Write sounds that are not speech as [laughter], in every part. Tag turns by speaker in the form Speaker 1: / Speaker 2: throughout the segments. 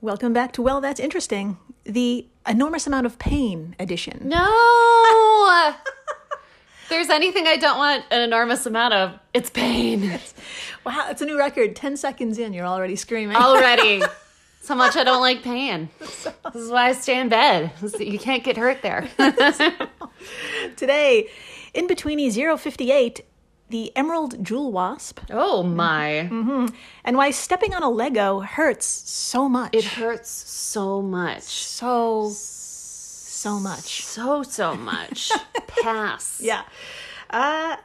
Speaker 1: Welcome back to Well, That's Interesting, the enormous amount of pain edition.
Speaker 2: No. If There's anything I don't want an enormous amount of. It's pain
Speaker 1: Wow, it's a new record. 10 seconds in, you're already screaming.
Speaker 2: already. so much I don't like pain. This is why I stay in bed. You can't get hurt there.
Speaker 1: [laughs] Today, in E betweenie 058, the emerald jewel wasp,
Speaker 2: Oh my.
Speaker 1: and why stepping on a Lego hurts so much.
Speaker 2: It hurts so much.
Speaker 1: so, so much.
Speaker 2: So, so much. Pass.
Speaker 1: Yeah. Uh,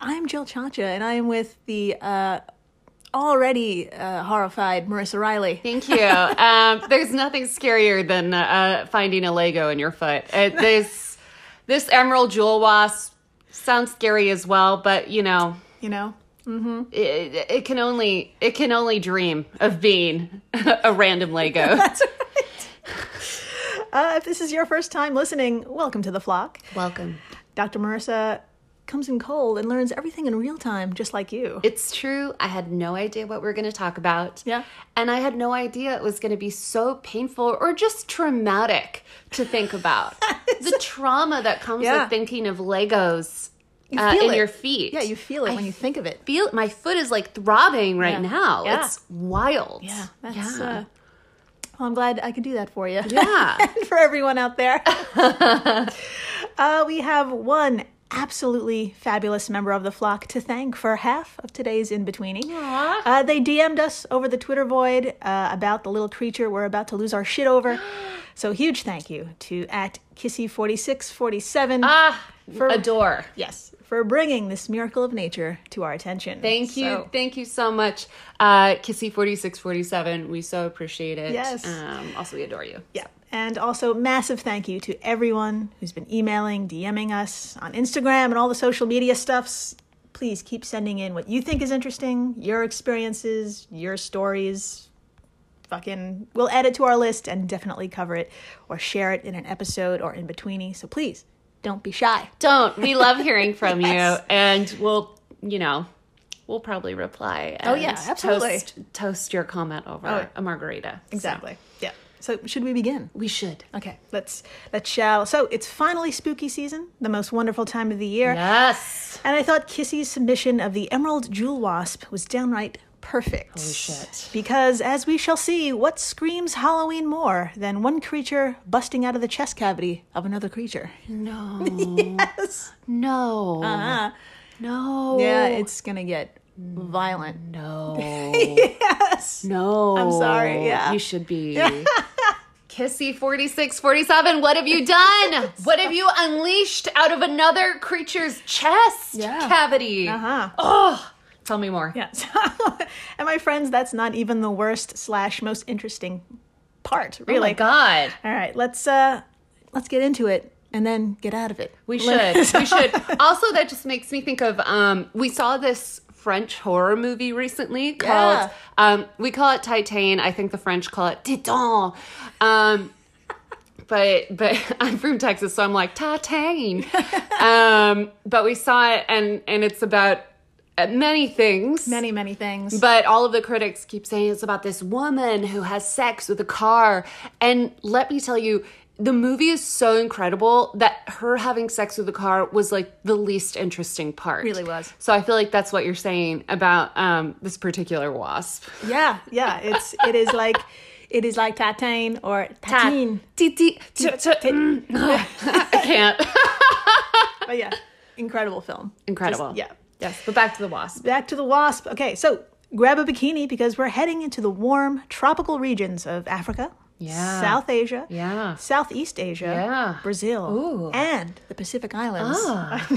Speaker 1: I'm Jill Chacha, and I am with the uh, already uh, horrified Marissa Riley.
Speaker 2: Thank you. Um, there's nothing scarier than uh, finding a Lego in your foot. Uh, this this emerald jewel wasp sounds scary as well, but you know
Speaker 1: You know?
Speaker 2: it, it can only it can only dream of being [laughs] a random [laughs] Lego.
Speaker 1: Uh, if this is your first time listening, welcome to the flock.
Speaker 2: Welcome.
Speaker 1: Dr. Marissa comes in cold and learns everything in real time, just like you.
Speaker 2: It's true. I had no idea what we were going to talk about.
Speaker 1: Yeah.
Speaker 2: And I had no idea it was going to be so painful or just traumatic to think [laughs] about. the trauma that comes
Speaker 1: Yeah.
Speaker 2: with thinking of Legos uh,
Speaker 1: feel
Speaker 2: in
Speaker 1: it.
Speaker 2: your feet.
Speaker 1: Yeah, you feel it when you think of it.
Speaker 2: feel my foot is like throbbing right
Speaker 1: Yeah.
Speaker 2: now.
Speaker 1: Yeah.
Speaker 2: It's wild.
Speaker 1: Yeah, that's.
Speaker 2: Yeah.
Speaker 1: Uh, well, I'm glad I could do that for you.
Speaker 2: Yeah.
Speaker 1: and [laughs] for everyone out [laughs] there. uh, we have one absolutely fabulous member of the flock to thank for half of today's in betweening.
Speaker 2: Aw.
Speaker 1: Uh, they DM'd us over the Twitter void uh, about the little creature we're about to lose our shit [gasps] over. So huge thank you to at Kissy4647
Speaker 2: ah,
Speaker 1: For-
Speaker 2: adore.
Speaker 1: yes for bringing this miracle of nature to our attention.
Speaker 2: Thank you.
Speaker 1: So-
Speaker 2: Thank you so much. Uh, Kissy4647. We so appreciate it.
Speaker 1: Yes.
Speaker 2: Um, also, we adore you.
Speaker 1: Yeah. And also, massive thank you to everyone who's been emailing, DMing us on Instagram and all the social media stuffs. Please keep sending in what you think is interesting, your experiences, your stories. Fucking, we'll add it to our list and definitely cover it or share it in an episode or in betweeny. So please don't be shy.
Speaker 2: Don't. We love hearing [laughs] from
Speaker 1: Yes.
Speaker 2: you, and we'll, you know, we'll probably reply. And
Speaker 1: yeah, absolutely.
Speaker 2: Toast, toast your comment over a margarita. So,
Speaker 1: Yeah. So should we begin?
Speaker 2: we should.
Speaker 1: Okay, let's let's shall. So it's finally spooky season, the most wonderful time of the year.
Speaker 2: Yes.
Speaker 1: And I thought Kissy's submission of the Emerald Jewel Wasp was downright perfect. Holy
Speaker 2: shit.
Speaker 1: Because, as we shall see, what screams Halloween more than one creature busting out of the chest cavity of another creature?
Speaker 2: No.
Speaker 1: Yes.
Speaker 2: No.
Speaker 1: Uh-huh. Oh.
Speaker 2: No.
Speaker 1: Yeah, it's gonna get violent.
Speaker 2: [laughs] no.
Speaker 1: Yes.
Speaker 2: No.
Speaker 1: I'm sorry, yeah.
Speaker 2: You should be. [laughs] Kissy 4647, what have [laughs] you done? What have you unleashed out of another creature's chest
Speaker 1: Yeah.
Speaker 2: cavity?
Speaker 1: Uh-huh.
Speaker 2: Oh, tell me more.
Speaker 1: Yes. [laughs] and my friends, that's not even the worst slash most interesting part,
Speaker 2: Oh
Speaker 1: really.
Speaker 2: my god.
Speaker 1: All right, let's uh let's get into it and then get out of it. [laughs]
Speaker 2: We should. we should. Also, that just makes me think of um, we saw this French horror movie recently called
Speaker 1: Yeah.
Speaker 2: um, we call it Titan. I think the French call it Titan. Um, but but [laughs] I'm from Texas, so I'm like Titan. um, but we saw it, and and it's about uh, many things.
Speaker 1: Many, many things.
Speaker 2: But all of the critics keep saying it's about this woman who has sex with a car. And let me tell you, the movie is so incredible that her having sex with a car was like the least interesting part.
Speaker 1: Really was.
Speaker 2: So I feel like that's what you're saying about um, this particular wasp.
Speaker 1: Yeah, yeah. It's it is like it is like Tatane or Tatine.
Speaker 2: Titi- t- t- mm. [laughs] I can't.
Speaker 1: But Oh, yeah, incredible film.
Speaker 2: Incredible.
Speaker 1: Just- yeah.
Speaker 2: Yes. But back to the wasp.
Speaker 1: Back to the wasp. Okay, so grab a bikini because we're heading into the warm tropical regions of Africa,
Speaker 2: Yeah.
Speaker 1: South Asia,
Speaker 2: Yeah.
Speaker 1: Southeast Asia,
Speaker 2: Yeah.
Speaker 1: Brazil,
Speaker 2: Ooh. Ah.
Speaker 1: and the Pacific Islands.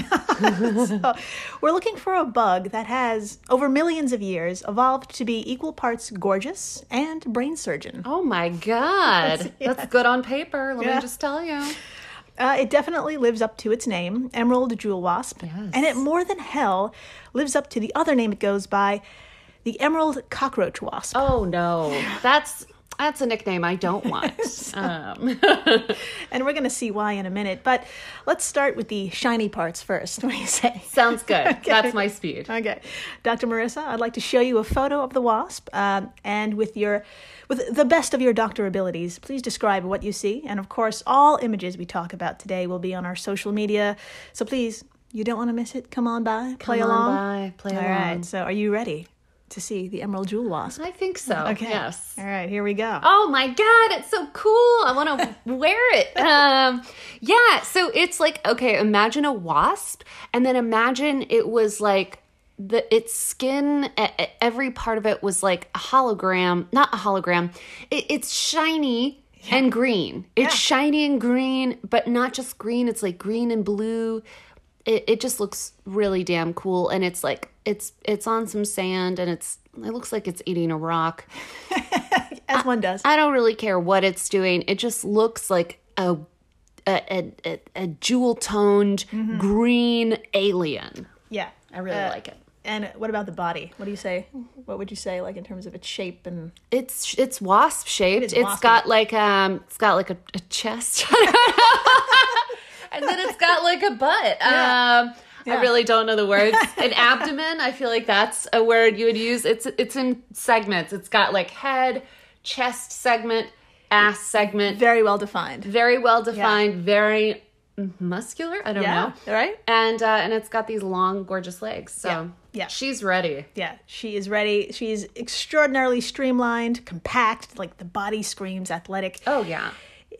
Speaker 1: [laughs] So, we're looking for a bug that has, over millions of years, evolved to be equal parts gorgeous and brain surgeon.
Speaker 2: Oh my [laughs] God. That's good on paper. Let
Speaker 1: Yeah.
Speaker 2: me just tell you.
Speaker 1: Uh, it definitely lives up to its name, Emerald Jewel Wasp. And it more than hell lives up to the other name it goes by, the Emerald Cockroach Wasp.
Speaker 2: Oh no, that's That's a nickname I don't [laughs] want. um,
Speaker 1: And we're going to see why in a minute. But let's start with the shiny parts first. [laughs] What do you say?
Speaker 2: sounds good.
Speaker 1: [laughs]
Speaker 2: That's my speed.
Speaker 1: Okay, Dr. Marissa, I'd like to show you a photo of the wasp, um, and with your, with the best of your doctor abilities, please describe what you see. And of course, all images we talk about today will be on our social media, so please, you don't want to miss it. Come on by, play
Speaker 2: Come on
Speaker 1: along.
Speaker 2: by, play
Speaker 1: All
Speaker 2: along.
Speaker 1: right. So, are you ready to see the emerald jewel wasp?
Speaker 2: I think so.
Speaker 1: Okay.
Speaker 2: Yes.
Speaker 1: All right. Here we go.
Speaker 2: Oh my god, it's so cool. I want to wear it. Um yeah, so it's like okay, imagine a wasp and then imagine it was like the its skin e- e- every part of it was like a hologram, not a hologram. It, it's shiny and green. It's shiny and green, but not just green, it's like green and blue. It it just looks really damn cool and it's like it's it's on some sand and it's it looks like it's eating a rock.
Speaker 1: As one does.
Speaker 2: I don't really care what it's doing. It just looks like a a, a, a, a jewel toned
Speaker 1: Mm-hmm.
Speaker 2: green alien.
Speaker 1: yeah. Uh,
Speaker 2: I really like it.
Speaker 1: And what about the body? What do you say? What would you say, like in terms of its shape and?
Speaker 2: It's it's wasp shaped. It's
Speaker 1: waspy.
Speaker 2: got like um it's got like a, a
Speaker 1: [laughs]
Speaker 2: chest. [laughs] and then it's got like a butt. Um I
Speaker 1: Yeah.
Speaker 2: really don't know the words.
Speaker 1: [laughs]
Speaker 2: An abdomen, I feel like that's a word you would use. It's it's in segments. It's got like head, chest segment, ass segment.
Speaker 1: Very well defined.
Speaker 2: very well defined, very muscular. I don't
Speaker 1: Yeah.
Speaker 2: know.
Speaker 1: Right.
Speaker 2: And uh, and it's got these long, gorgeous legs. So
Speaker 1: Yeah. Yeah.
Speaker 2: she's ready.
Speaker 1: Yeah, she is ready. She's extraordinarily streamlined, compact, like the body screams athletic.
Speaker 2: Oh yeah.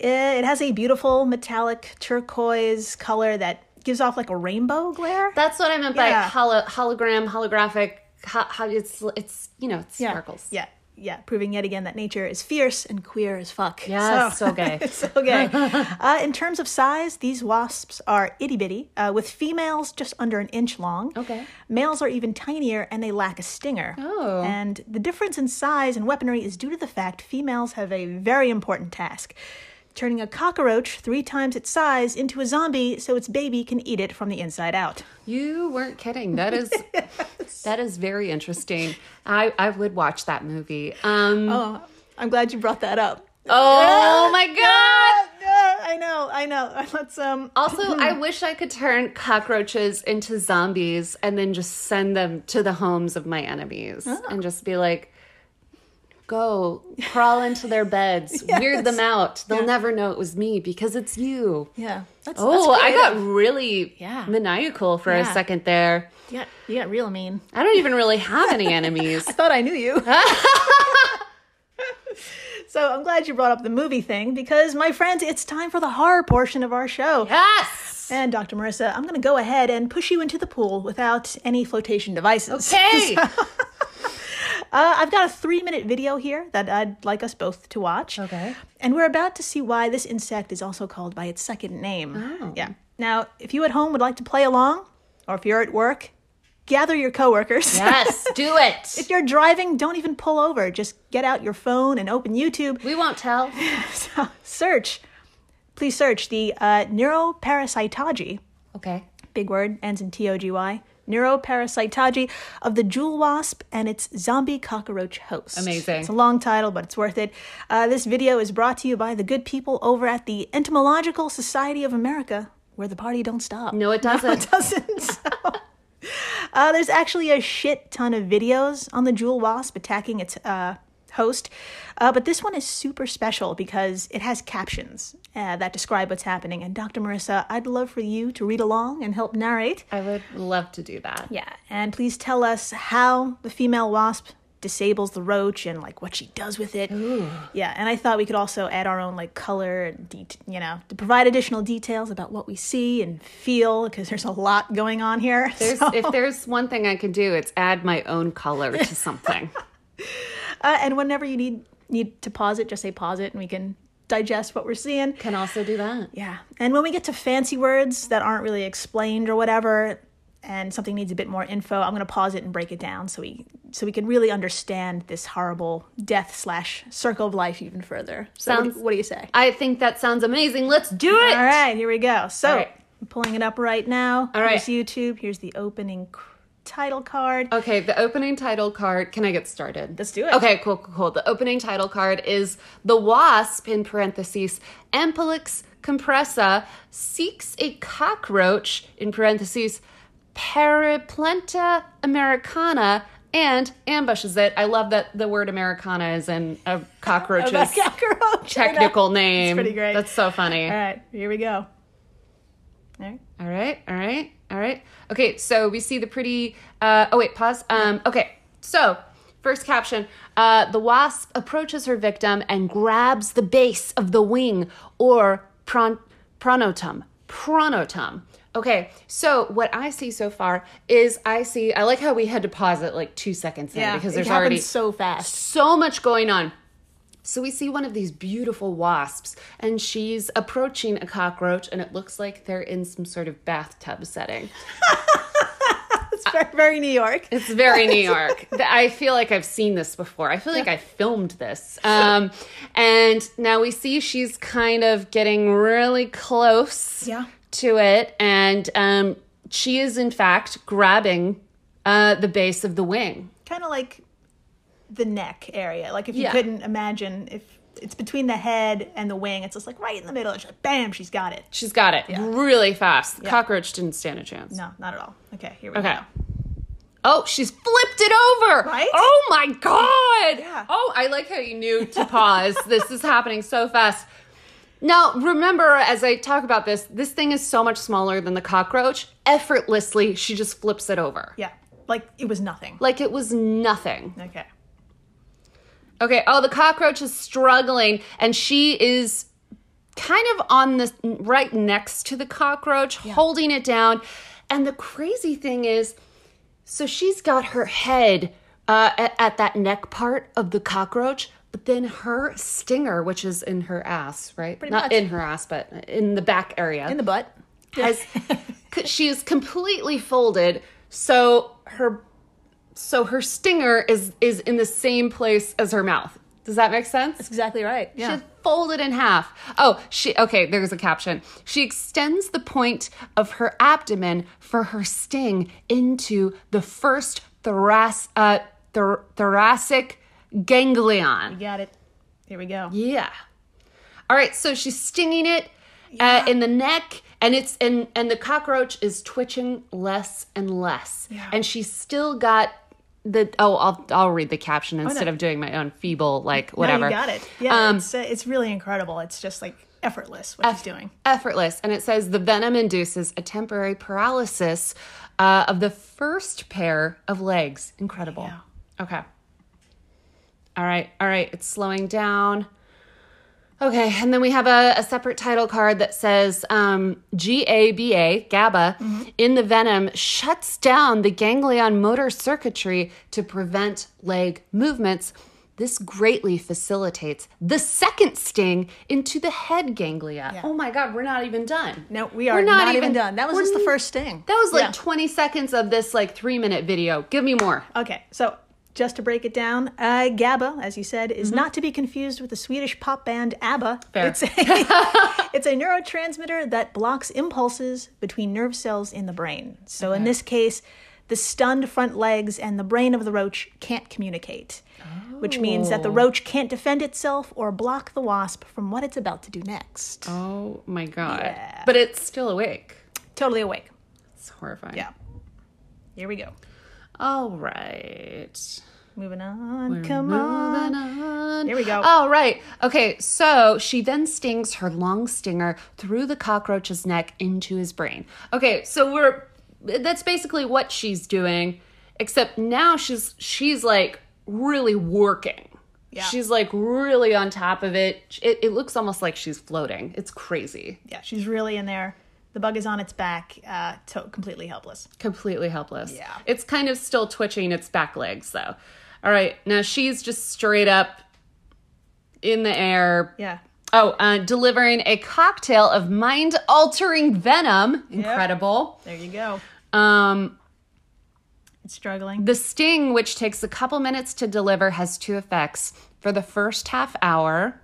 Speaker 1: Eh, It has a beautiful metallic turquoise color that gives off like a rainbow glare.
Speaker 2: That's what I meant by
Speaker 1: Yeah.
Speaker 2: holo- hologram, holographic. Ho- ho- it's it's you know it
Speaker 1: yeah.
Speaker 2: sparkles.
Speaker 1: Yeah. Yeah, proving yet again that nature is fierce and queer as fuck.
Speaker 2: Yes, so
Speaker 1: [laughs]
Speaker 2: gay.
Speaker 1: so gay. Uh, in terms of size, these wasps are itty bitty, uh, with females just under an inch long.
Speaker 2: Okay.
Speaker 1: Males are even tinier and they lack a stinger.
Speaker 2: Oh.
Speaker 1: And the difference in size and weaponry is due to the fact females have a very important task turning a cockroach three times its size into a zombie so its baby can eat it from the inside out.
Speaker 2: You weren't kidding. That
Speaker 1: [laughs]
Speaker 2: is that is very interesting. I I would watch that movie. Um. Oh,
Speaker 1: Oh, I'm glad you brought that up.
Speaker 2: my god.
Speaker 1: Yeah, [laughs] I know, I know. [laughs] Let's um
Speaker 2: Also, I wish I could turn cockroaches into zombies and then just send them to the homes of my enemies and just be like, go crawl into their [laughs] beds, weird them out. They'll never know it was me because it's you.
Speaker 1: Yeah. That's,
Speaker 2: Oh,
Speaker 1: that's
Speaker 2: I
Speaker 1: creative.
Speaker 2: got really
Speaker 1: Yeah.
Speaker 2: maniacal for
Speaker 1: Yeah.
Speaker 2: a second there.
Speaker 1: you got you got real mean.
Speaker 2: I don't even really have any enemies.
Speaker 1: I thought I knew you. [laughs] so I'm glad you brought up the movie thing because my friends, it's time for the horror portion of our show.
Speaker 2: [laughs] yes!
Speaker 1: And Dr. Marissa, I'm gonna go ahead and push you into the pool without any flotation devices.
Speaker 2: Hey!
Speaker 1: Uh, I've got a three minute video here that I'd like us both to watch.
Speaker 2: Okay.
Speaker 1: And we're about to see why this insect is also called by its second name.
Speaker 2: Oh.
Speaker 1: Yeah. Now, if you at home would like to play along, or if you're at work, gather your coworkers.
Speaker 2: [laughs] yes, do it!
Speaker 1: If you're driving, don't even pull over. Just get out your phone and open YouTube.
Speaker 2: We won't tell.
Speaker 1: So search, please search the uh, neuroparasitology,
Speaker 2: Okay.
Speaker 1: big word, ends in T O G Y, neuroparasitology of the jewel wasp and its zombie cockroach host.
Speaker 2: Amazing.
Speaker 1: It's a long title, but it's worth it. Uh, this video is brought to you by the good people over at the Entomological Society of America, where the party don't stop
Speaker 2: [laughs] No, it
Speaker 1: [laughs]
Speaker 2: doesn't.
Speaker 1: doesn't. So. Uh, there's actually a shit ton of videos on the jewel wasp attacking its uh, host, uh, but this one is super special because it has captions uh, that describe what's happening. And Dr. Marissa, I'd love for you to read along and help narrate.
Speaker 2: I would love to do that.
Speaker 1: Yeah, and please tell us how the female wasp disables the roach and like what she does with it. Yeah, and I thought we could also add our own like color and det you know to provide additional details about what we see and feel because there's a lot going on here.
Speaker 2: There's,
Speaker 1: So-
Speaker 2: if there's one thing I can do, it's add my own
Speaker 1: [laughs]
Speaker 2: color to something.
Speaker 1: uh, and whenever you need need to pause it, just say pause it, and we can digest what we're seeing.
Speaker 2: can also do that.
Speaker 1: Yeah. And when we get to fancy words that aren't really explained or whatever, and something needs a bit more info, I'm going to pause it and break it down so we so we can really understand this horrible death slash circle of life even further. So what do-
Speaker 2: Sounds-
Speaker 1: what, do you say?
Speaker 2: I think that sounds amazing. Let's do it.
Speaker 1: All right, here we go. So
Speaker 2: right.
Speaker 1: I'm pulling it up right now.
Speaker 2: All right.
Speaker 1: Here's YouTube. Here's the opening cr- title card.
Speaker 2: Okay, the opening title card. Can I get started?
Speaker 1: Let's do it.
Speaker 2: Okay, cool, cool, cool. The opening title card is The Wasp, in parentheses, Ampolix compressa, seeks a cockroach, in parentheses, Periplenta americana, and ambushes it. I love that the word americana is in a cockroach's
Speaker 1: About [laughs] cockroach.
Speaker 2: technical name.
Speaker 1: pretty great.
Speaker 2: That's so funny.
Speaker 1: All right, here we go. All right.
Speaker 2: All right, all right, all right. Okay, so we see the pretty. Uh, oh wait, pause. Um, okay, so first caption: uh, the wasp approaches her victim and grabs the base of the wing or pron- pronotum. Pronotum. Okay, so what I see so far is I see. I like how we had to pause it like two seconds in because
Speaker 1: it
Speaker 2: there's
Speaker 1: happens
Speaker 2: already
Speaker 1: so
Speaker 2: [laughs]
Speaker 1: fast.
Speaker 2: so much going on. So we see one of these beautiful wasps, and she's approaching a cockroach, and it looks like they're in some sort of bathtub setting.
Speaker 1: It's very, very New York.
Speaker 2: It's
Speaker 1: [laughs]
Speaker 2: very New York. Th- I feel like I've seen this before. I feel like I filmed this. Um, and now we see she's kind of getting really close
Speaker 1: Yeah.
Speaker 2: to it, and um, she is in fact grabbing uh, the base of the wing.
Speaker 1: Kind of like the neck area. Like if you
Speaker 2: Yeah.
Speaker 1: couldn't imagine if it's between the head and the wing, it's just like right in the middle. It's like bam, she's got it.
Speaker 2: She's got it really fast. The cockroach didn't stand a chance.
Speaker 1: No, not at all. Okay, here we
Speaker 2: Okay.
Speaker 1: go.
Speaker 2: Oh, she's flipped it over.
Speaker 1: Right?
Speaker 2: Oh my god.
Speaker 1: Yeah.
Speaker 2: Oh, I like how you knew to pause. [laughs] this is happening so fast. Now, remember as I talk about this, this thing is so much smaller than the cockroach. Effortlessly, she just flips it over.
Speaker 1: Yeah, like it was nothing.
Speaker 2: Like it was nothing.
Speaker 1: Okay.
Speaker 2: Okay. Oh, the cockroach is struggling, and she is kind of on the right next to the cockroach, holding it down. And the crazy thing is, so she's got her head uh, at, at that neck part of the cockroach, but then her stinger, which is in her ass, right? Not
Speaker 1: much.
Speaker 2: in her ass, but in the back area
Speaker 1: In the butt.
Speaker 2: has c- she is completely folded so her so her stinger is is in the same place as her mouth does that make sense
Speaker 1: Exactly right. Yeah.
Speaker 2: She's folded in half. Oh, she okay, there's a caption. She extends the point of her abdomen for her sting into the first thorac, uh, thor- thoracic ganglion.
Speaker 1: got it. Here we go.
Speaker 2: Yeah. All right, so she's stinging it uh, in the neck and it's and and the cockroach is twitching less and less.
Speaker 1: Yeah.
Speaker 2: And she's still got the oh I'll I'll read the caption instead
Speaker 1: Oh, no.
Speaker 2: of doing my own feeble like whatever.
Speaker 1: No, you got it. Yeah, it's, uh, it's really incredible. It's just like effortless what she's doing.
Speaker 2: effortless. And it says the venom induces a temporary paralysis uh, of the first pair of legs. Incredible. Okay. All right. All right. It's slowing down. Okay. And then we have a, a separate title card that says um, GABA, GABA,
Speaker 1: Mm-hmm.
Speaker 2: in the venom shuts down the ganglion motor circuitry to prevent leg movements. This greatly facilitates the second sting into the head ganglia. Oh my God, we're not even done.
Speaker 1: No, we are not, even done. That was just the first sting.
Speaker 2: That was like
Speaker 1: Yeah.
Speaker 2: 20 seconds of this like three minute video. Give me more.
Speaker 1: Okay, so just to break it down, uh, GABA, as you said, is not to be confused with the Swedish pop band ABBA.
Speaker 2: Mm-hmm. Fair. [laughs]
Speaker 1: It's a, it's a neurotransmitter that blocks impulses between nerve cells in the brain. So in this case, the stunned front legs and the brain of the roach can't communicate, which means
Speaker 2: Oh.
Speaker 1: that the roach can't defend itself or block the wasp from what it's about to do next.
Speaker 2: Oh my God. But it's still awake.
Speaker 1: Totally awake.
Speaker 2: It's horrifying.
Speaker 1: Yeah. Here we go.
Speaker 2: All right.
Speaker 1: Moving on. Come on.
Speaker 2: Moving on.
Speaker 1: Here we go.
Speaker 2: All right. Okay. So she then stings her long stinger through the cockroach's neck into his brain. Okay. So we're that's basically what she's doing, except now she's she's like really working.
Speaker 1: Yeah.
Speaker 2: She's like really on top of it. It, it looks almost like she's floating. It's crazy.
Speaker 1: Yeah, she's really in there. The bug is on its back, uh, to- completely helpless.
Speaker 2: completely helpless.
Speaker 1: Yeah.
Speaker 2: It's kind of still twitching its back legs though. All right. Now she's just straight up in the air.
Speaker 1: Yeah.
Speaker 2: Oh, uh, delivering a cocktail of mind altering venom. Incredible.
Speaker 1: There you go.
Speaker 2: Um,
Speaker 1: It's struggling.
Speaker 2: the sting, which takes a couple minutes to deliver, has two effects. For the first half hour,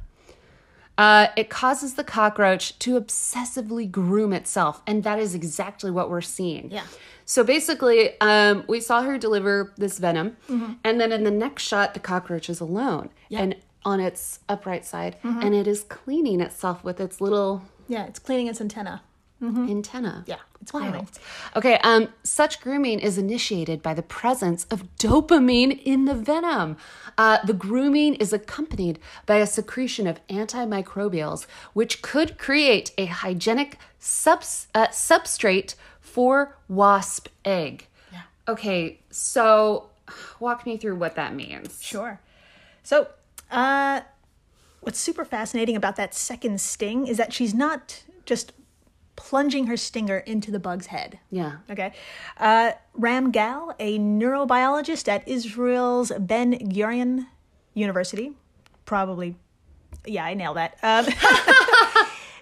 Speaker 2: Uh, it causes the cockroach to obsessively groom itself, and that is exactly what we're seeing.
Speaker 1: Yeah.
Speaker 2: So basically, um, we saw her deliver this venom, and then in the next shot, the cockroach is alone and on its upright side, and it is cleaning itself with its little
Speaker 1: Yeah, it's cleaning its antenna.
Speaker 2: antenna.
Speaker 1: Yeah, it's
Speaker 2: Wild.
Speaker 1: grooming.
Speaker 2: Okay, um, such grooming is initiated by the presence of dopamine in the venom. Uh, the grooming is accompanied by a secretion of antimicrobials, which could create a hygienic subs- uh, substrate for wasp egg. Yeah. Okay, so walk me through what that means.
Speaker 1: Sure. So, uh, what's super fascinating about that second sting is that she's not just plunging her stinger into the bug's head.
Speaker 2: Yeah.
Speaker 1: Okay. Uh, Ram Gal, a neurobiologist at Israel's Ben Gurion University, probably, yeah, I nailed that. Um, [laughs]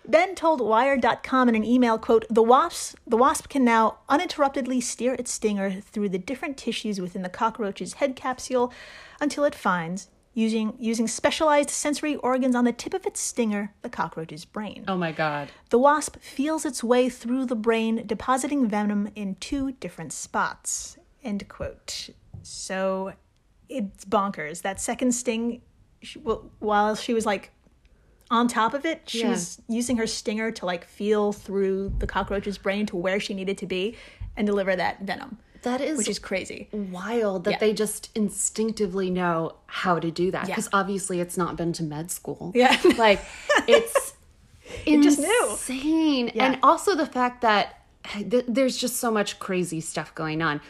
Speaker 1: Ben told Wired.com in an email, quote, the, wasps, the wasp can now uninterruptedly steer its stinger through the different tissues within the cockroach's head capsule until it finds, using, using specialized sensory organs on the tip of its stinger, the cockroach's brain.
Speaker 2: Oh my god.
Speaker 1: The wasp feels its way through the brain, depositing venom in two different spots. End quote. So it's bonkers. That second sting, she, wh- while she was like on top of it, she
Speaker 2: Yeah.
Speaker 1: was using her stinger to like feel through the cockroach's brain to where she needed to be and deliver that venom,
Speaker 2: That is
Speaker 1: which is crazy.
Speaker 2: wild that
Speaker 1: Yeah.
Speaker 2: they just instinctively know how to do that
Speaker 1: Yeah.
Speaker 2: because obviously it's not been to med school.
Speaker 1: Yeah.
Speaker 2: [laughs] like
Speaker 1: [laughs]
Speaker 2: it's insane.
Speaker 1: just knew.
Speaker 2: and also the fact that th- there's just so much crazy stuff going on.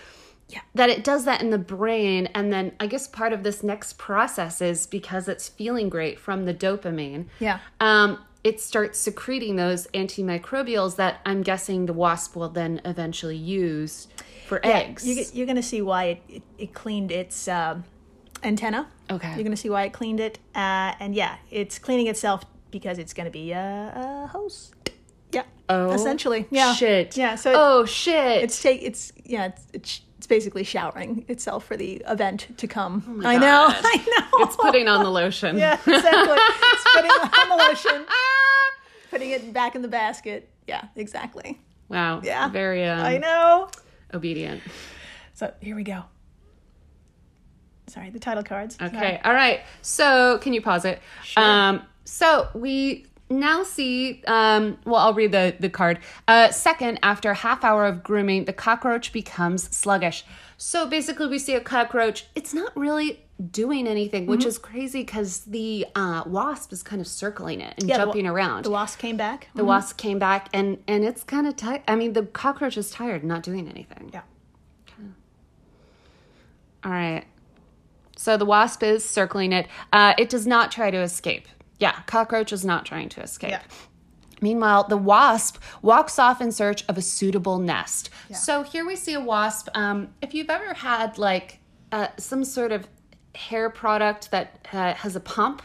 Speaker 1: Yeah.
Speaker 2: that it does that in the brain, and then I guess part of this next process is because it's feeling great from the dopamine.
Speaker 1: Yeah.
Speaker 2: um, it starts secreting those antimicrobials that I'm guessing the wasp will then eventually use for eggs.
Speaker 1: You, you're going to see why it, it, it cleaned its um antenna.
Speaker 2: Okay.
Speaker 1: You're going to see why it cleaned it. Uh, and yeah, it's cleaning itself because it's going to be a, a host. Yeah.
Speaker 2: Oh,
Speaker 1: Essentially. Yeah.
Speaker 2: Shit.
Speaker 1: Yeah. So it,
Speaker 2: oh shit.
Speaker 1: it's take it's yeah it's, it's it's basically showering itself for the event to come. I know. [laughs] I know.
Speaker 2: [laughs] Oh It's putting on the lotion. Ah!
Speaker 1: yeah. Exactly. it's putting on the lotion, putting it back in the basket. Yeah. Exactly.
Speaker 2: Wow.
Speaker 1: Yeah.
Speaker 2: Very um,
Speaker 1: I know.
Speaker 2: obedient.
Speaker 1: So here we go. Sorry, the title cards.
Speaker 2: Okay. All right. So can you pause it? Um, so we now see. Um, well, I'll read the the card. Uh, second, after a half hour of grooming, the cockroach becomes sluggish. So basically, we see a cockroach. It's not really doing anything,
Speaker 1: Mm-hmm.
Speaker 2: which is crazy because the uh, wasp is kind of circling it and
Speaker 1: Yeah, the wa-
Speaker 2: jumping around.
Speaker 1: The wasp came back.
Speaker 2: The wasp came back, and and it's kind of tired. I mean, the cockroach is tired, not doing anything.
Speaker 1: Yeah.
Speaker 2: All right. So the wasp is circling it. Uh, it does not try to escape. Yeah, cockroach is not trying to escape.
Speaker 1: Yeah.
Speaker 2: Meanwhile, the wasp walks off in search of a suitable nest. So here we see a wasp. Um, if you've ever had like uh, some sort of hair product that uh, has a pump,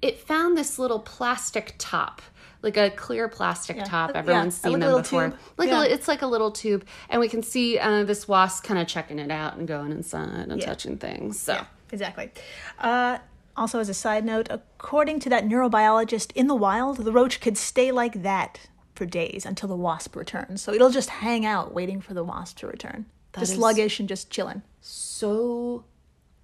Speaker 2: it found this little plastic top, like a clear plastic top.
Speaker 1: Yeah,
Speaker 2: Everyone's
Speaker 1: like
Speaker 2: seen
Speaker 1: a
Speaker 2: them
Speaker 1: little
Speaker 2: before.
Speaker 1: tube.
Speaker 2: Like
Speaker 1: Yeah.
Speaker 2: a, it's like a little tube, and we can see uh, this wasp kind of checking it out and going inside and touching things. So
Speaker 1: Exactly. Uh, also, as a side note, according to that neurobiologist, in the wild, the roach could stay like that for days until the wasp returns. So it'll just hang out waiting for the wasp to return. just
Speaker 2: is-
Speaker 1: sluggish and just chilling.
Speaker 2: so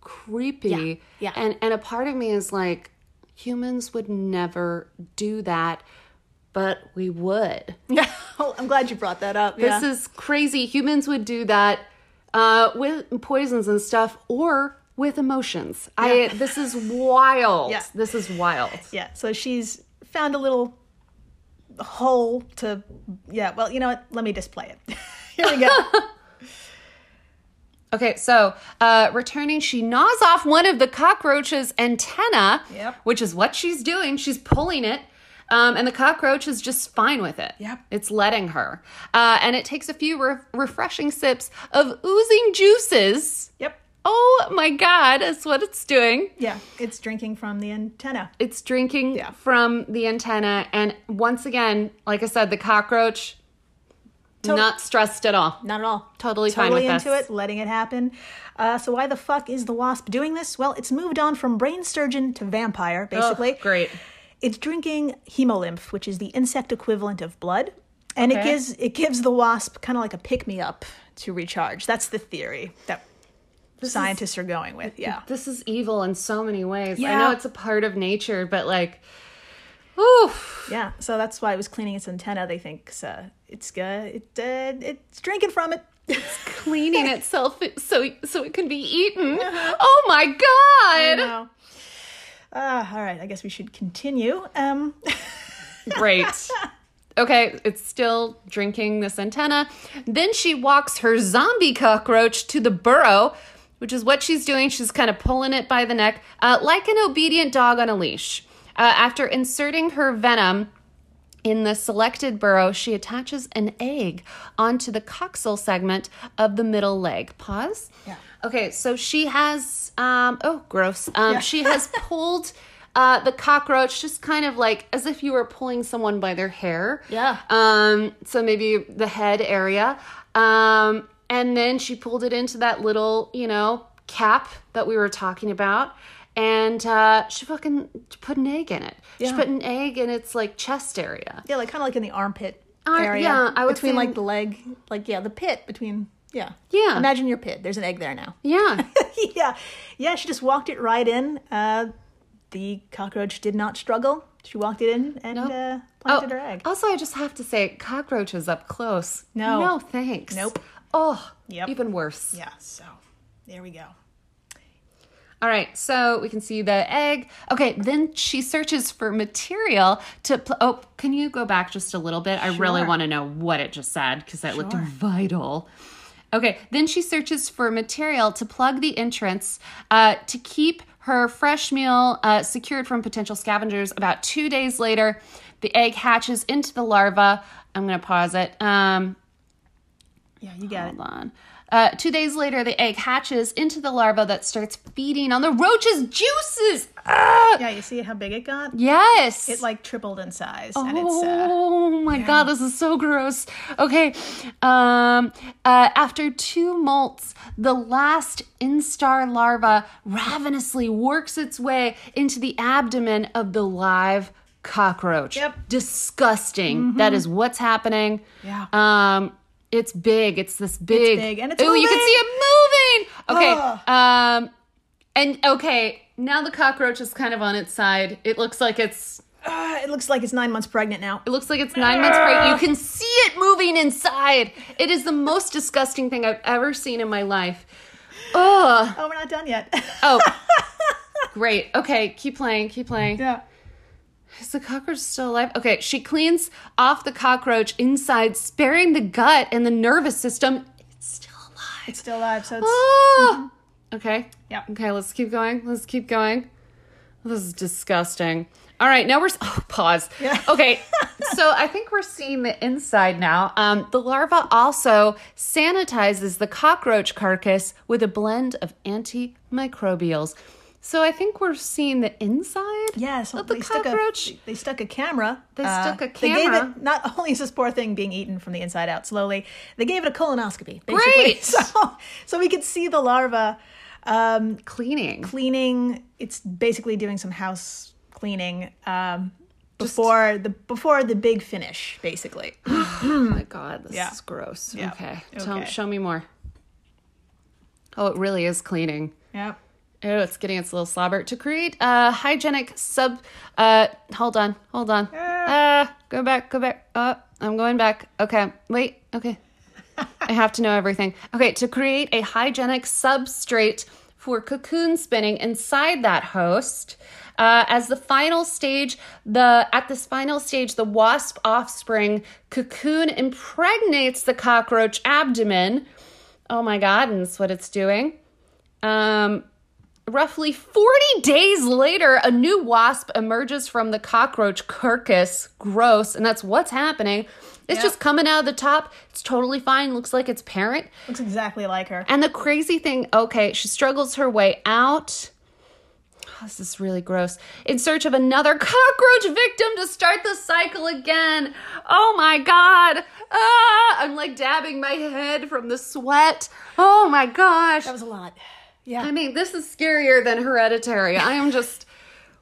Speaker 2: creepy.
Speaker 1: Yeah, yeah.
Speaker 2: And and a part of me is like, humans would never do that, but we would.
Speaker 1: [laughs] Yeah. oh, I'm glad you brought that up.
Speaker 2: This is crazy. Humans would do that uh, with poisons and stuff, or with emotions. I this is wild.
Speaker 1: Yeah.
Speaker 2: This is wild.
Speaker 1: Yeah, so she's found a little hole to. Yeah, well, you know what? Let me display it. [laughs] Here we go.
Speaker 2: Okay, so uh, returning, she gnaws off one of the cockroach's antenna,
Speaker 1: Yep.
Speaker 2: which is what she's doing. She's pulling it, um, and the cockroach is just fine with it.
Speaker 1: Yep.
Speaker 2: It's letting her. Uh, and it takes a few re- refreshing sips of oozing juices.
Speaker 1: yep.
Speaker 2: Oh my God, that's what it's doing.
Speaker 1: Yeah, it's drinking from the antenna.
Speaker 2: It's drinking
Speaker 1: Yeah.
Speaker 2: from the antenna. And once again, like I said, the cockroach, not stressed at all.
Speaker 1: Not at all.
Speaker 2: Totally fine
Speaker 1: totally
Speaker 2: with
Speaker 1: into
Speaker 2: this.
Speaker 1: it, letting it happen. Uh, so why the fuck is the wasp doing this? Well, it's moved on from brain sturgeon to vampire, basically.
Speaker 2: Oh, great.
Speaker 1: It's drinking hemolymph, which is the insect equivalent of blood, and it
Speaker 2: Okay.
Speaker 1: gives it gives the wasp kind of like a pick me up to recharge. That's the theory that scientists are going with. Yeah.
Speaker 2: This is evil in so many ways. I
Speaker 1: Yeah.
Speaker 2: know it's a part of nature, but like, oof.
Speaker 1: Yeah, so that's why it was cleaning its antenna. They think 'cause, uh, it's uh, it uh, it's drinking from it. [laughs]
Speaker 2: cleaning itself so so it can be eaten. Oh my god! [laughs]
Speaker 1: No. Uh, all right, I guess we should continue. Um,
Speaker 2: Great. Okay, it's still drinking this antenna. Then she walks her zombie cockroach to the burrow, which is what she's doing. She's kind of pulling it by the neck, uh, like an obedient dog on a leash. Uh, after inserting her venom in the selected burrow, she attaches an egg onto the coxal segment of the middle leg. Pause.
Speaker 1: Yeah.
Speaker 2: Okay, so she has, um, oh, gross. Um, She has pulled uh, the cockroach just kind of like as if you were pulling someone by their hair.
Speaker 1: Yeah.
Speaker 2: Um, so maybe the head area. Um, and then she pulled it into that little, you know, cap that we were talking about. And uh, she fucking put an egg in it. She
Speaker 1: Yeah.
Speaker 2: put an egg in its like chest area.
Speaker 1: yeah, like kind of like in the armpit
Speaker 2: Uh,
Speaker 1: area.
Speaker 2: yeah, I would
Speaker 1: between
Speaker 2: say-
Speaker 1: like the leg, like yeah, the pit between yeah.
Speaker 2: Yeah.
Speaker 1: Imagine your pit. There's an egg there now. [laughs]
Speaker 2: [laughs] Yeah.
Speaker 1: yeah, yeah. She just walked it right in. Uh, the cockroach did not struggle. She walked it in and
Speaker 2: Oh.
Speaker 1: uh, planted her egg.
Speaker 2: Also, I just have to say, cockroaches up close.
Speaker 1: No.
Speaker 2: No, thanks.
Speaker 1: Nope.
Speaker 2: Oh,
Speaker 1: Yep.
Speaker 2: even worse.
Speaker 1: Yeah. So there we go.
Speaker 2: All right, so we can see the egg. Okay, then she searches for material to. Pl- oh, can you go back just a little bit? I really want to know what it just said because that looked vital. Okay, then she searches for material to plug the entrance uh, to keep her fresh meal uh, secured from potential scavengers. About two days later, the egg hatches into the larva. I'm going to pause it. Um,
Speaker 1: Yeah, you got it.
Speaker 2: Hold on. Uh, two days later, the egg hatches into the larva that starts feeding on the roach's juices. Ah!
Speaker 1: Yeah, you see how big it got?
Speaker 2: Yes.
Speaker 1: It like tripled in size, and it's uh,
Speaker 2: oh my god, this is so gross. Okay. Um, uh, after two molts, the last instar larva ravenously works its way into the abdomen of the live cockroach.
Speaker 1: Yep.
Speaker 2: Disgusting. That is what's happening.
Speaker 1: Yeah.
Speaker 2: Um, it's big. It's this big.
Speaker 1: big, and it's
Speaker 2: Ooh, you can
Speaker 1: moving.
Speaker 2: see it moving. Okay.
Speaker 1: Ugh.
Speaker 2: Um, and okay, now the cockroach is kind of on its side. It looks like it's Oh.
Speaker 1: uh, it looks like it's nine months pregnant now.
Speaker 2: it looks like it's nine months pregnant. You can see it moving inside. It is the most disgusting thing I've ever seen in my life. Ugh.
Speaker 1: Oh, we're not done
Speaker 2: [laughs]
Speaker 1: yet. [laughs]
Speaker 2: Oh. Great. Okay, keep playing, keep playing.
Speaker 1: yeah.
Speaker 2: Is the cockroach still alive? Okay, she cleans off the cockroach inside, sparing the gut and the nervous system. It's still alive.
Speaker 1: It's still alive, so it's
Speaker 2: Ah! Okay.
Speaker 1: Yeah.
Speaker 2: Okay, let's keep going. Let's keep going. This is disgusting. All right, now we're s- [laughs] oh, pause.
Speaker 1: Yeah.
Speaker 2: [laughs] Okay. so I think we're seeing the inside now. Um, the larva also sanitizes the cockroach carcass with a blend of antimicrobials. So I think we're seeing the inside.
Speaker 1: yeah. So
Speaker 2: Of the
Speaker 1: they stuck
Speaker 2: cockroach.
Speaker 1: a they stuck a camera. They
Speaker 2: stuck a
Speaker 1: They gave
Speaker 2: camera.
Speaker 1: it not [laughs] only is this poor thing being eaten from the inside out slowly, they gave it a colonoscopy. Basically.
Speaker 2: Great.
Speaker 1: [laughs] So so we could see the larva um,
Speaker 2: Cleaning.
Speaker 1: cleaning. It's basically doing some house cleaning. Um, before the before the big finish,
Speaker 2: [gasps]
Speaker 1: basically.
Speaker 2: Oh my god, this
Speaker 1: Hmm. Yeah.
Speaker 2: is gross.
Speaker 1: Yeah.
Speaker 2: Okay. Tell,
Speaker 1: Okay.
Speaker 2: show me more. Oh, it really is cleaning.
Speaker 1: yep.
Speaker 2: Oh, it's getting its little slobber to create a hygienic sub. Uh, hold on, hold on. Uh, go back, go back. Oh, I'm going back. Okay, wait. Okay, I have to know everything. Okay, to create a hygienic substrate for cocoon spinning inside that host. Uh, as the final stage, the at this final stage, the wasp offspring cocoon impregnates the cockroach abdomen. Oh my god, and that's what it's doing. Um, roughly 40 days later, a new wasp emerges from the cockroach carcass. Gross. And that's what's happening. It's just coming out of the top. It's totally fine. Looks like its parent.
Speaker 1: Looks exactly like her.
Speaker 2: And the crazy thing, okay, she struggles her way out. Oh, this is really gross. In search of another cockroach victim to start the cycle again. Oh my god. Ah, I'm like dabbing my head from the sweat. Oh my gosh.
Speaker 1: That was a lot. Yeah.
Speaker 2: I mean, this is scarier than hereditary. I am just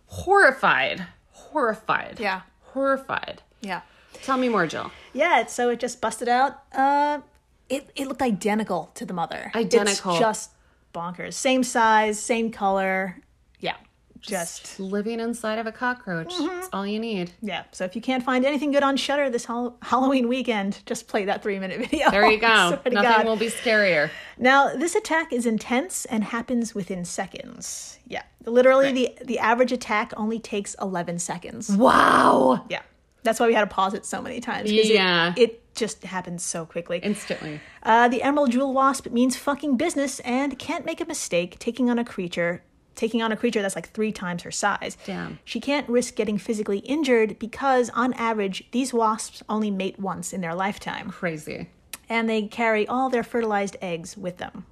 Speaker 2: horrified. horrified.
Speaker 1: Yeah.
Speaker 2: Horrified.
Speaker 1: Yeah.
Speaker 2: Tell me more, Jill.
Speaker 1: Yeah, it's- so it just busted out. Uh, it, it looked identical to the mother.
Speaker 2: Identical.
Speaker 1: It's just bonkers. Same size, same color. Yeah. Just, Mm-hmm.
Speaker 2: Living inside of a cockroach. It's all you
Speaker 1: [laughs]
Speaker 2: need.
Speaker 1: yeah. So if you can't find anything good on Shutter this hol- Halloween weekend, just play that three minute [laughs] video.
Speaker 2: There you go.
Speaker 1: Swear to
Speaker 2: Nothing
Speaker 1: Oh, God.
Speaker 2: will be scarier.
Speaker 1: Now, this attack is intense and happens within seconds. Yeah. Literally, the, the average attack only takes 11
Speaker 2: Mm-hmm.
Speaker 1: seconds.
Speaker 2: Wow.
Speaker 1: Yeah. That's why we had to pause it so many times. 'cause it-
Speaker 2: Yeah.
Speaker 1: It, just happens so quickly.
Speaker 2: Instantly.
Speaker 1: Uh, the Emerald Jewel Wasp means fucking business and can't make a mistake taking on a creature. Taking on a creature that's like three times her size.
Speaker 2: Damn.
Speaker 1: She can't risk getting physically injured because, on average, these wasps only mate once in their lifetime
Speaker 2: Crazy.
Speaker 1: and they carry all their fertilized eggs with them.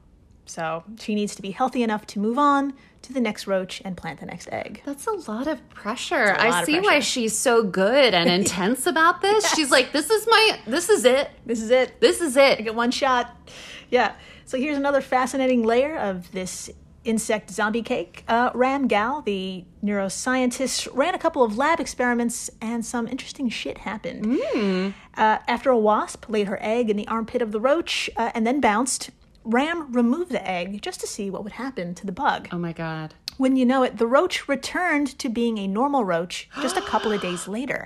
Speaker 1: So she needs to be healthy enough to move on to the next roach and plant the next egg.
Speaker 2: That's a lot of pressure.
Speaker 1: a lot
Speaker 2: I
Speaker 1: of
Speaker 2: see
Speaker 1: pressure.
Speaker 2: why she's so good
Speaker 1: [laughs]
Speaker 2: and intense about this. She's like, this is my, this is it.
Speaker 1: This is it.
Speaker 2: This is it.
Speaker 1: Get one shot. Yeah. So here's another fascinating layer of this insect zombie cake. Uh, Ram Gal, the neuroscientist, ran a couple of lab experiments and some interesting shit happened. Uh, after a wasp laid her egg in the armpit of the roach uh, and then bounced, Ram removed the egg just to see what would happen to the bug.
Speaker 2: Oh my God.
Speaker 1: When you know it, the roach returned to being a normal roach just a couple of days later.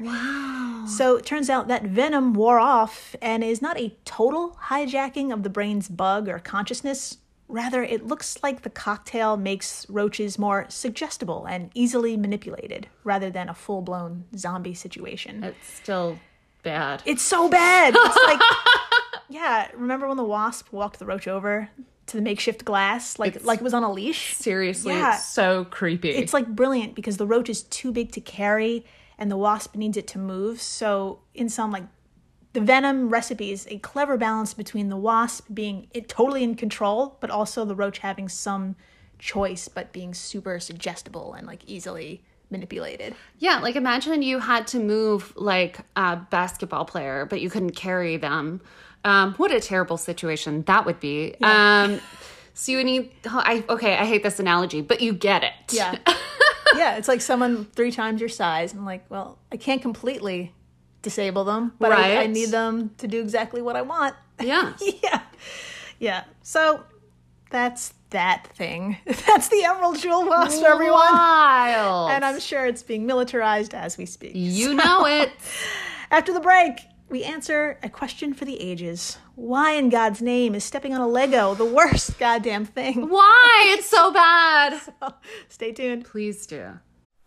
Speaker 1: So it turns out that venom wore off and is not a total hijacking of the brain's bug or consciousness. Rather, it looks like the cocktail makes roaches more suggestible and easily manipulated rather than a full blown zombie situation.
Speaker 2: It's still bad.
Speaker 1: It's so bad. It's like, yeah, remember when the wasp walked the roach over to the makeshift glass? Like, like it was on a leash?
Speaker 2: Seriously,
Speaker 1: Yeah.
Speaker 2: it's so creepy.
Speaker 1: it's like brilliant because the roach is too big to carry and the wasp needs it to move so in some like the venom recipes a clever balance between the wasp being it totally in control but also the roach having some choice but being super suggestible and like easily manipulated
Speaker 2: yeah, like imagine you had to move like a basketball player, but you couldn't carry them. Um, what a terrible situation that would be. Um, so you would need, oh, I, okay, I hate this analogy, but you get it.
Speaker 1: yeah [laughs] yeah it's like someone three times your size i'm like well i can't completely disable them but I, I
Speaker 2: Right.
Speaker 1: need them to do exactly what i want
Speaker 2: Yeah.
Speaker 1: [laughs] yeah. Yeah. So that's that thing. [laughs] That's the Emerald Jewel Wasp, everyone.
Speaker 2: Wild.
Speaker 1: And uh, I'm sure it's being militarized as we speak.
Speaker 2: you know it.
Speaker 1: After the break, we answer a question for the ages. Why in God's name is stepping on a Lego the worst [laughs] goddamn thing?
Speaker 2: Why? It's so bad.
Speaker 1: Stay tuned.
Speaker 2: Please do.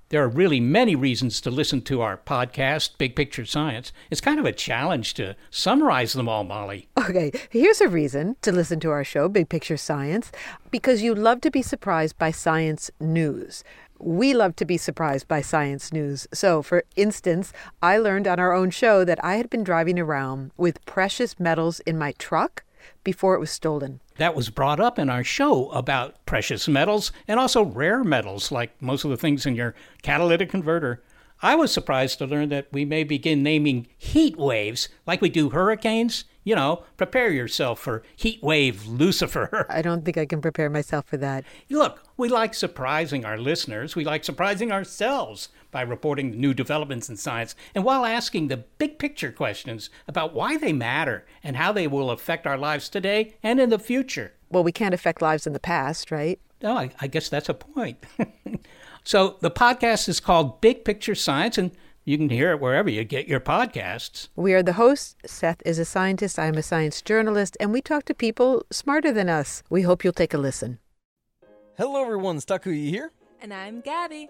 Speaker 3: There are really many reasons to listen to our podcast, Big Picture Science. It's kind of a challenge to summarize them all, Molly.
Speaker 4: Okay, here's a reason to listen to our show, Big Picture Science, because you love to be surprised by science news. We love to be surprised by science news. So, for instance, I learned on our own show that I had been driving around with precious metals in my truck before it was stolen.
Speaker 3: That was brought up in our show about precious metals and also rare metals, like most of the things in your catalytic converter. I was surprised to learn that we may begin naming heat waves like we do hurricanes. You know, prepare yourself for heat wave Lucifer. [laughs]
Speaker 4: I don't think I can prepare myself for that.
Speaker 3: Look, we like surprising our listeners. We like surprising ourselves by reporting new developments in science and while asking the big picture questions about why they matter and how they will affect our lives today and in the future.
Speaker 4: Well, we can't affect lives in the past, right?
Speaker 3: Oh, I, I guess that's a point. [laughs] so the podcast is called Big Picture Science, and you can hear it wherever you get your podcasts.
Speaker 4: We are the hosts. Seth is a scientist, I'm a science journalist, and we talk to people smarter than us. We hope you'll take a listen.
Speaker 5: Hello, everyone. Stakuyi here,
Speaker 6: And I'm Gabby.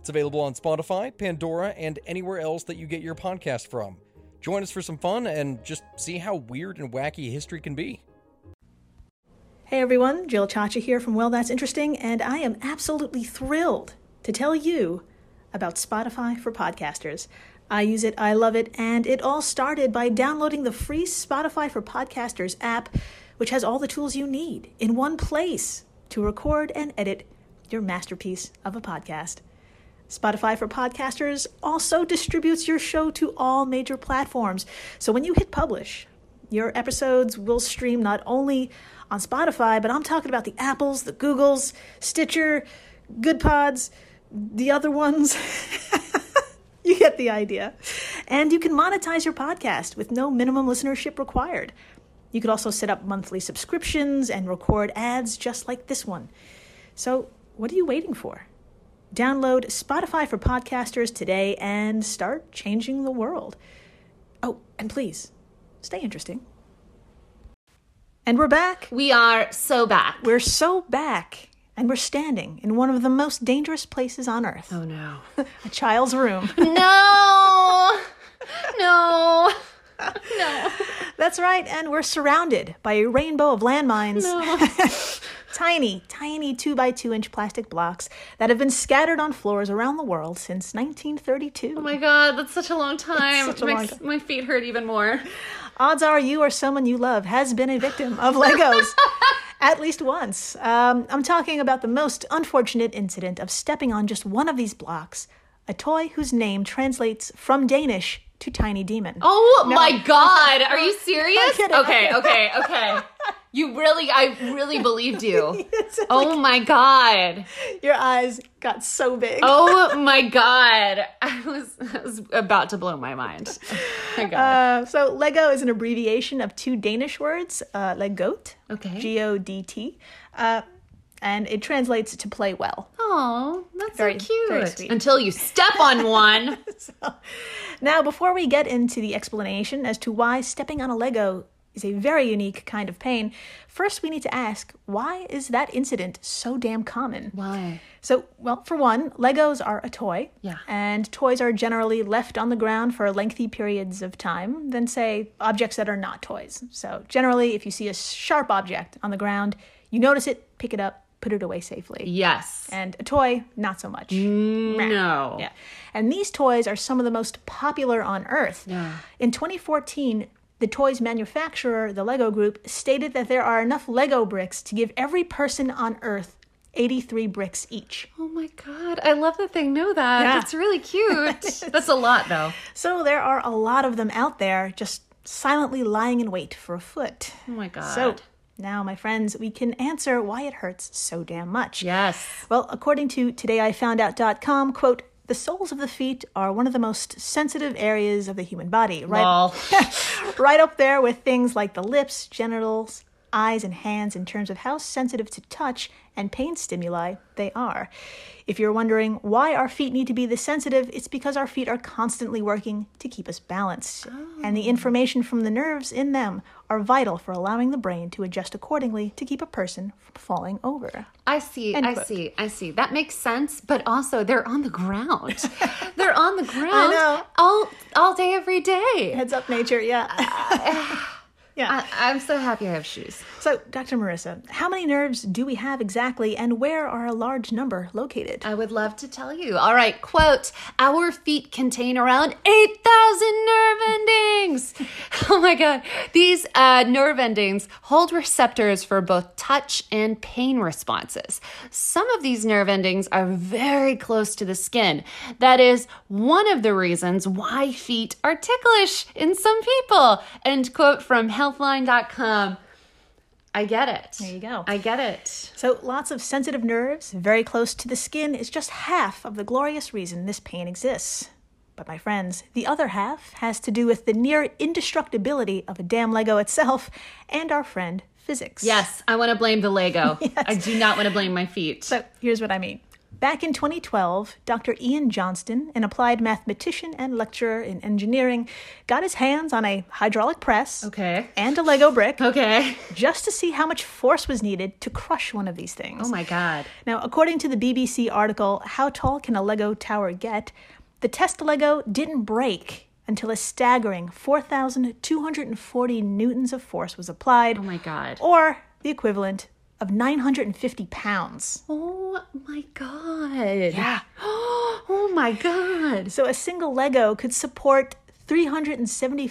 Speaker 5: It's available on Spotify, Pandora, and anywhere else that you get your podcast from. Join us for some fun and just see how weird and wacky history can be.
Speaker 1: Hey everyone, Jill Chacha here from Well That's Interesting, and I am absolutely thrilled to tell you about Spotify for Podcasters. I use it, I love it, and it all started by downloading the free Spotify for Podcasters app, which has all the tools you need in one place to record and edit your masterpiece of a podcast. Spotify for Podcasters also distributes your show to all major platforms. So when you hit publish, your episodes will stream not only on Spotify, but I'm talking about the Apples, the Googles, Stitcher, Good Pods, the other ones. [laughs] you get the idea. And you can monetize your podcast with no minimum listenership required. You could also set up monthly subscriptions and record ads just like this one. So, what are you waiting for? Download Spotify for podcasters today and start changing the world. Oh, and please, stay interesting. And we're back.
Speaker 2: We are so back.
Speaker 1: We're so back. And we're standing in one of the most dangerous places on earth
Speaker 2: oh no.
Speaker 1: [laughs] a child's
Speaker 2: [laughs]
Speaker 1: room. [laughs]
Speaker 2: No. no.
Speaker 1: That's right. And we're surrounded by a rainbow of landmines. [laughs] tiny, tiny two by two inch plastic blocks that have been scattered on floors around the world since 1932.
Speaker 2: Oh my god, that's such a long time.
Speaker 1: such a
Speaker 2: It
Speaker 1: long
Speaker 2: makes my feet hurt even more.
Speaker 1: odds are you or someone you love has been a victim of Legos
Speaker 2: [laughs]
Speaker 1: at least once. Um, I'm talking about the most unfortunate incident of stepping on just one of these blocks, a toy whose name translates from Danish to tiny demon.
Speaker 2: Oh my god, are you serious?
Speaker 1: kidding, I'm
Speaker 2: Okay, okay, okay. You really, I really believed
Speaker 1: [laughs]
Speaker 2: you. oh my god.
Speaker 1: Your eyes got so big.
Speaker 2: Oh my god. I was, I was about to blow my mind. Oh my god.
Speaker 1: Uh, so Lego is an abbreviation of two Danish words, uh, legot,
Speaker 2: Okay.
Speaker 1: G O D T, uh, and it translates to play well.
Speaker 2: oh, that's
Speaker 1: very-
Speaker 2: so cute.
Speaker 1: very sweet.
Speaker 2: Until you step on one.
Speaker 1: [laughs] Now, before we get into the explanation as to why stepping on a Lego is a very unique kind of pain, first we need to ask why is that incident so damn common?
Speaker 2: Why?
Speaker 1: So, well, for one, Legos are a toy.
Speaker 2: Yeah.
Speaker 1: And toys are generally left on the ground for lengthy periods of time than, say, objects that are not toys. So, generally, if you see a sharp object on the ground, you notice it, pick it up, put it away safely.
Speaker 2: Yes.
Speaker 1: And a toy, not so much.
Speaker 2: No.
Speaker 1: Yeah. And these toys are some of the most popular on Earth. In 2014, the toy's manufacturer, the Lego Group, stated that there are enough Lego bricks to give every person on Earth 83 bricks each.
Speaker 2: Oh my god, I love that they know that.
Speaker 1: Yeah.
Speaker 2: That's
Speaker 1: [laughs]
Speaker 2: really cute. That's a lot though.
Speaker 1: So there are a lot of them out there just silently lying in wait for a foot.
Speaker 2: Oh my god.
Speaker 1: So now, my friends, we can answer why it hurts so damn much.
Speaker 2: yes.
Speaker 1: Well, according to todayifoundout.com, quote, the soles of the feet are one of the most sensitive areas of the human body, right?
Speaker 2: Well,
Speaker 1: [laughs] right up there with things like the lips, genitals, eyes, and hands in terms of how sensitive to touch and pain stimuli they are. If you're wondering why our feet need to be this sensitive, it's because our feet are constantly working to keep us balanced. And the information from the nerves in them are vital for allowing the brain to adjust accordingly to keep a person from falling over.
Speaker 2: I see.
Speaker 1: End
Speaker 2: I
Speaker 1: quote.
Speaker 2: see. I see. That makes sense, but also they're on the ground. they're on the ground
Speaker 1: know.
Speaker 2: all all day every day.
Speaker 1: Heads up, nature, yeah. [laughs] Uh, yeah.
Speaker 2: I, I'm so happy I have shoes.
Speaker 1: so, Dr. Marissa, how many nerves do we have exactly, and where are a large number located?
Speaker 2: I would love to tell you. All right, quote, our feet contain around 8,000 nerve endings. [laughs] Oh my God. These uh, nerve endings hold receptors for both touch and pain responses. Some of these nerve endings are very close to the skin. That is one of the reasons why feet are ticklish in some people. End quote from healthline.com. I get it. There
Speaker 1: you go.
Speaker 2: I get it.
Speaker 1: So, lots of sensitive nerves very close to the skin is just half of the glorious reason this pain exists. But, my friends, the other half has to do with the near indestructibility of a damn Lego itself and our friend physics.
Speaker 2: Yes, I want to blame the Lego. [laughs] I do not want to blame my feet.
Speaker 1: So, here's what I mean. Back in 2012, Dr. Ian Johnston, an applied mathematician and lecturer in engineering, got his hands on a hydraulic press
Speaker 2: okay.
Speaker 1: and a Lego brick
Speaker 2: Okay.
Speaker 1: just to see how much force was needed to crush one of these things.
Speaker 2: Oh my God.
Speaker 1: Now, according to the BBC article, How Tall Can a Lego Tower Get? the test Lego didn't break until a staggering 4,240 newtons of force was applied,
Speaker 2: Oh my God.
Speaker 1: or the equivalent of 950 pounds.
Speaker 2: Oh my god. Yeah. [gasps] oh my god.
Speaker 1: So a single Lego could support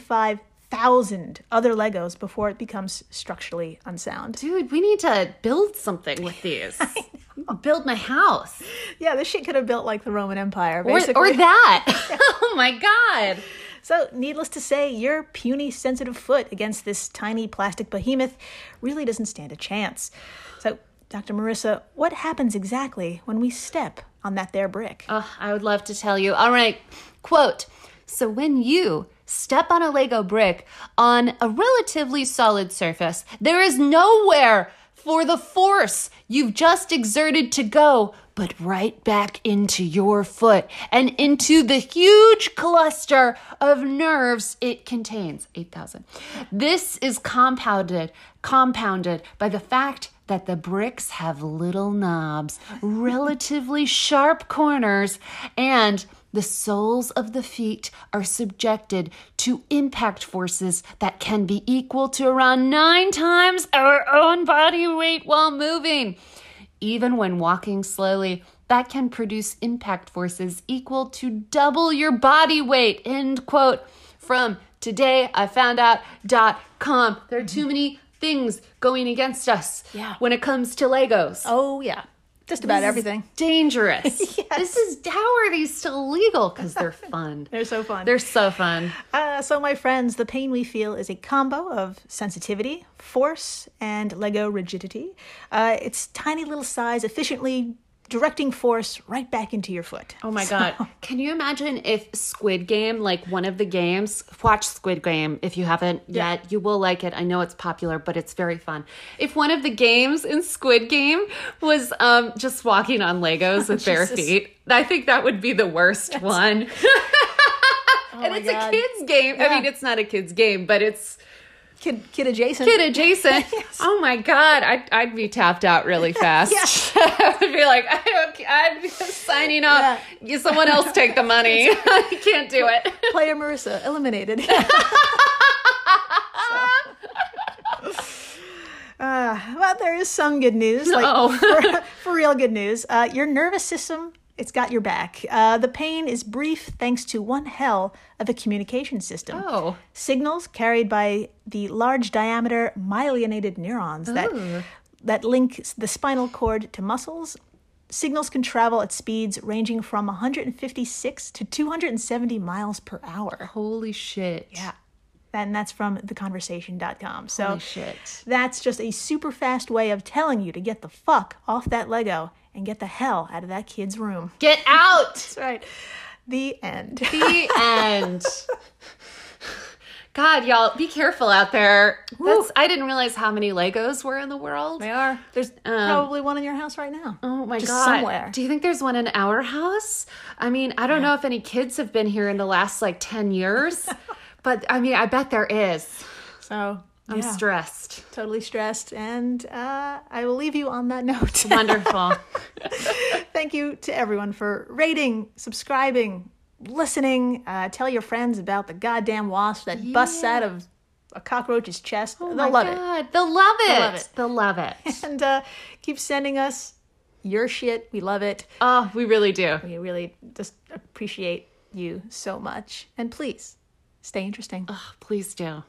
Speaker 1: 375,000 other Legos before it becomes structurally unsound.
Speaker 2: Dude, we need to build something with [laughs] these. build my house.
Speaker 1: Yeah, this shit could have built like the Roman Empire,
Speaker 2: Or,
Speaker 1: basically.
Speaker 2: or [laughs] that. oh my god.
Speaker 1: So, needless to say, your puny, sensitive foot against this tiny plastic behemoth really doesn't stand a chance. So, Dr. Marissa, what happens exactly when we step on that there brick?
Speaker 2: Ugh, I would love to tell you. All right. Quote So when you step on a Lego brick on a relatively solid surface, there is nowhere for the force you've just exerted to go, but right back into your foot and into the huge cluster of nerves it contains 8,000. This is compounded compounded by the fact that the bricks have little knobs, relatively sharp corners, and the soles of the feet are subjected to impact forces that can be equal to around nine times our own body weight while moving. Even when walking slowly, that can produce impact forces equal to double your body weight. End quote. From today I found out.com. There are too many things going against us
Speaker 1: Yeah.
Speaker 2: when it comes to Legos.
Speaker 1: Oh, yeah. Just about everything. [laughs]
Speaker 2: Dangerous. This is how are these still legal? Because they're fun.
Speaker 1: [laughs] They're so fun.
Speaker 2: They're so fun.
Speaker 1: Uh, so, my friends, the pain we feel is a combo of sensitivity, force, and Lego rigidity. Uh, it's tiny little size, efficiently directing force right back into your foot.
Speaker 2: Oh my god! Can you imagine if Squid Game, like one of the games, watch Squid Game if you haven't yet. You will like it. I know it's popular, but it's very fun. If one of the games in Squid Game was um, just walking on
Speaker 1: [laughs]
Speaker 2: Legos with bare
Speaker 1: Jesus.
Speaker 2: feet, I think that would be the
Speaker 1: [laughs]
Speaker 2: worst one. and
Speaker 1: Oh my
Speaker 2: it's
Speaker 1: God.
Speaker 2: a kids game. I mean, it's not a kids game, but it's
Speaker 1: Kid, kid adjacent.
Speaker 2: kid adjacent. [laughs] Oh my god! I'd, I'd be tapped out really fast. [laughs]
Speaker 1: Yes.
Speaker 2: I would be like, I don't, I'd be signing off. You Someone else take the [laughs] money. I can't do it.
Speaker 1: Player Marissa eliminated. Uh, well, there is some good news. Like [laughs] for, for real good news. Uh, your nervous system, it's got your back. Uh, the pain is brief thanks to one hell of a communication system.
Speaker 2: Oh.
Speaker 1: Signals carried by the large diameter myelinated neurons that, that link the spinal cord to muscles. Signals can travel at speeds ranging from 156 to 270 miles per hour.
Speaker 2: Holy shit. Yeah.
Speaker 1: And that's from theconversation.com. So
Speaker 2: Holy shit.
Speaker 1: that's just a super fast way of telling you to get the fuck off that Lego and get the hell out of that kid's room.
Speaker 2: Get out.
Speaker 1: That's right. The end. [laughs]
Speaker 2: The [laughs] end. God, y'all, be careful out there. That's, I didn't realize how many Legos were in the world.
Speaker 1: They are. There's probably one in your house right now.
Speaker 2: um, Oh my
Speaker 1: Just
Speaker 2: god!
Speaker 1: somewhere.
Speaker 2: Do you think there's one in our house? I mean, I don't know if any kids have been here in the last like ten [laughs] years, but I mean, I bet there is.
Speaker 1: So
Speaker 2: I'm stressed.
Speaker 1: totally stressed. And uh, I will leave you on that [laughs] note.
Speaker 2: [laughs] Wonderful. Oh
Speaker 1: Thank you to everyone for rating, subscribing, listening. Uh, tell your friends about the goddamn wasp that busts out of a cockroach's chest. They'll
Speaker 2: Oh My
Speaker 1: love it.
Speaker 2: God, They'll love it. They'll
Speaker 1: love
Speaker 2: love
Speaker 1: it.
Speaker 2: it. They'll love it.
Speaker 1: and uh, keep sending us your shit. We love it.
Speaker 2: oh, we really do.
Speaker 1: We really just appreciate you so much. And please stay interesting.
Speaker 2: Oh, please do.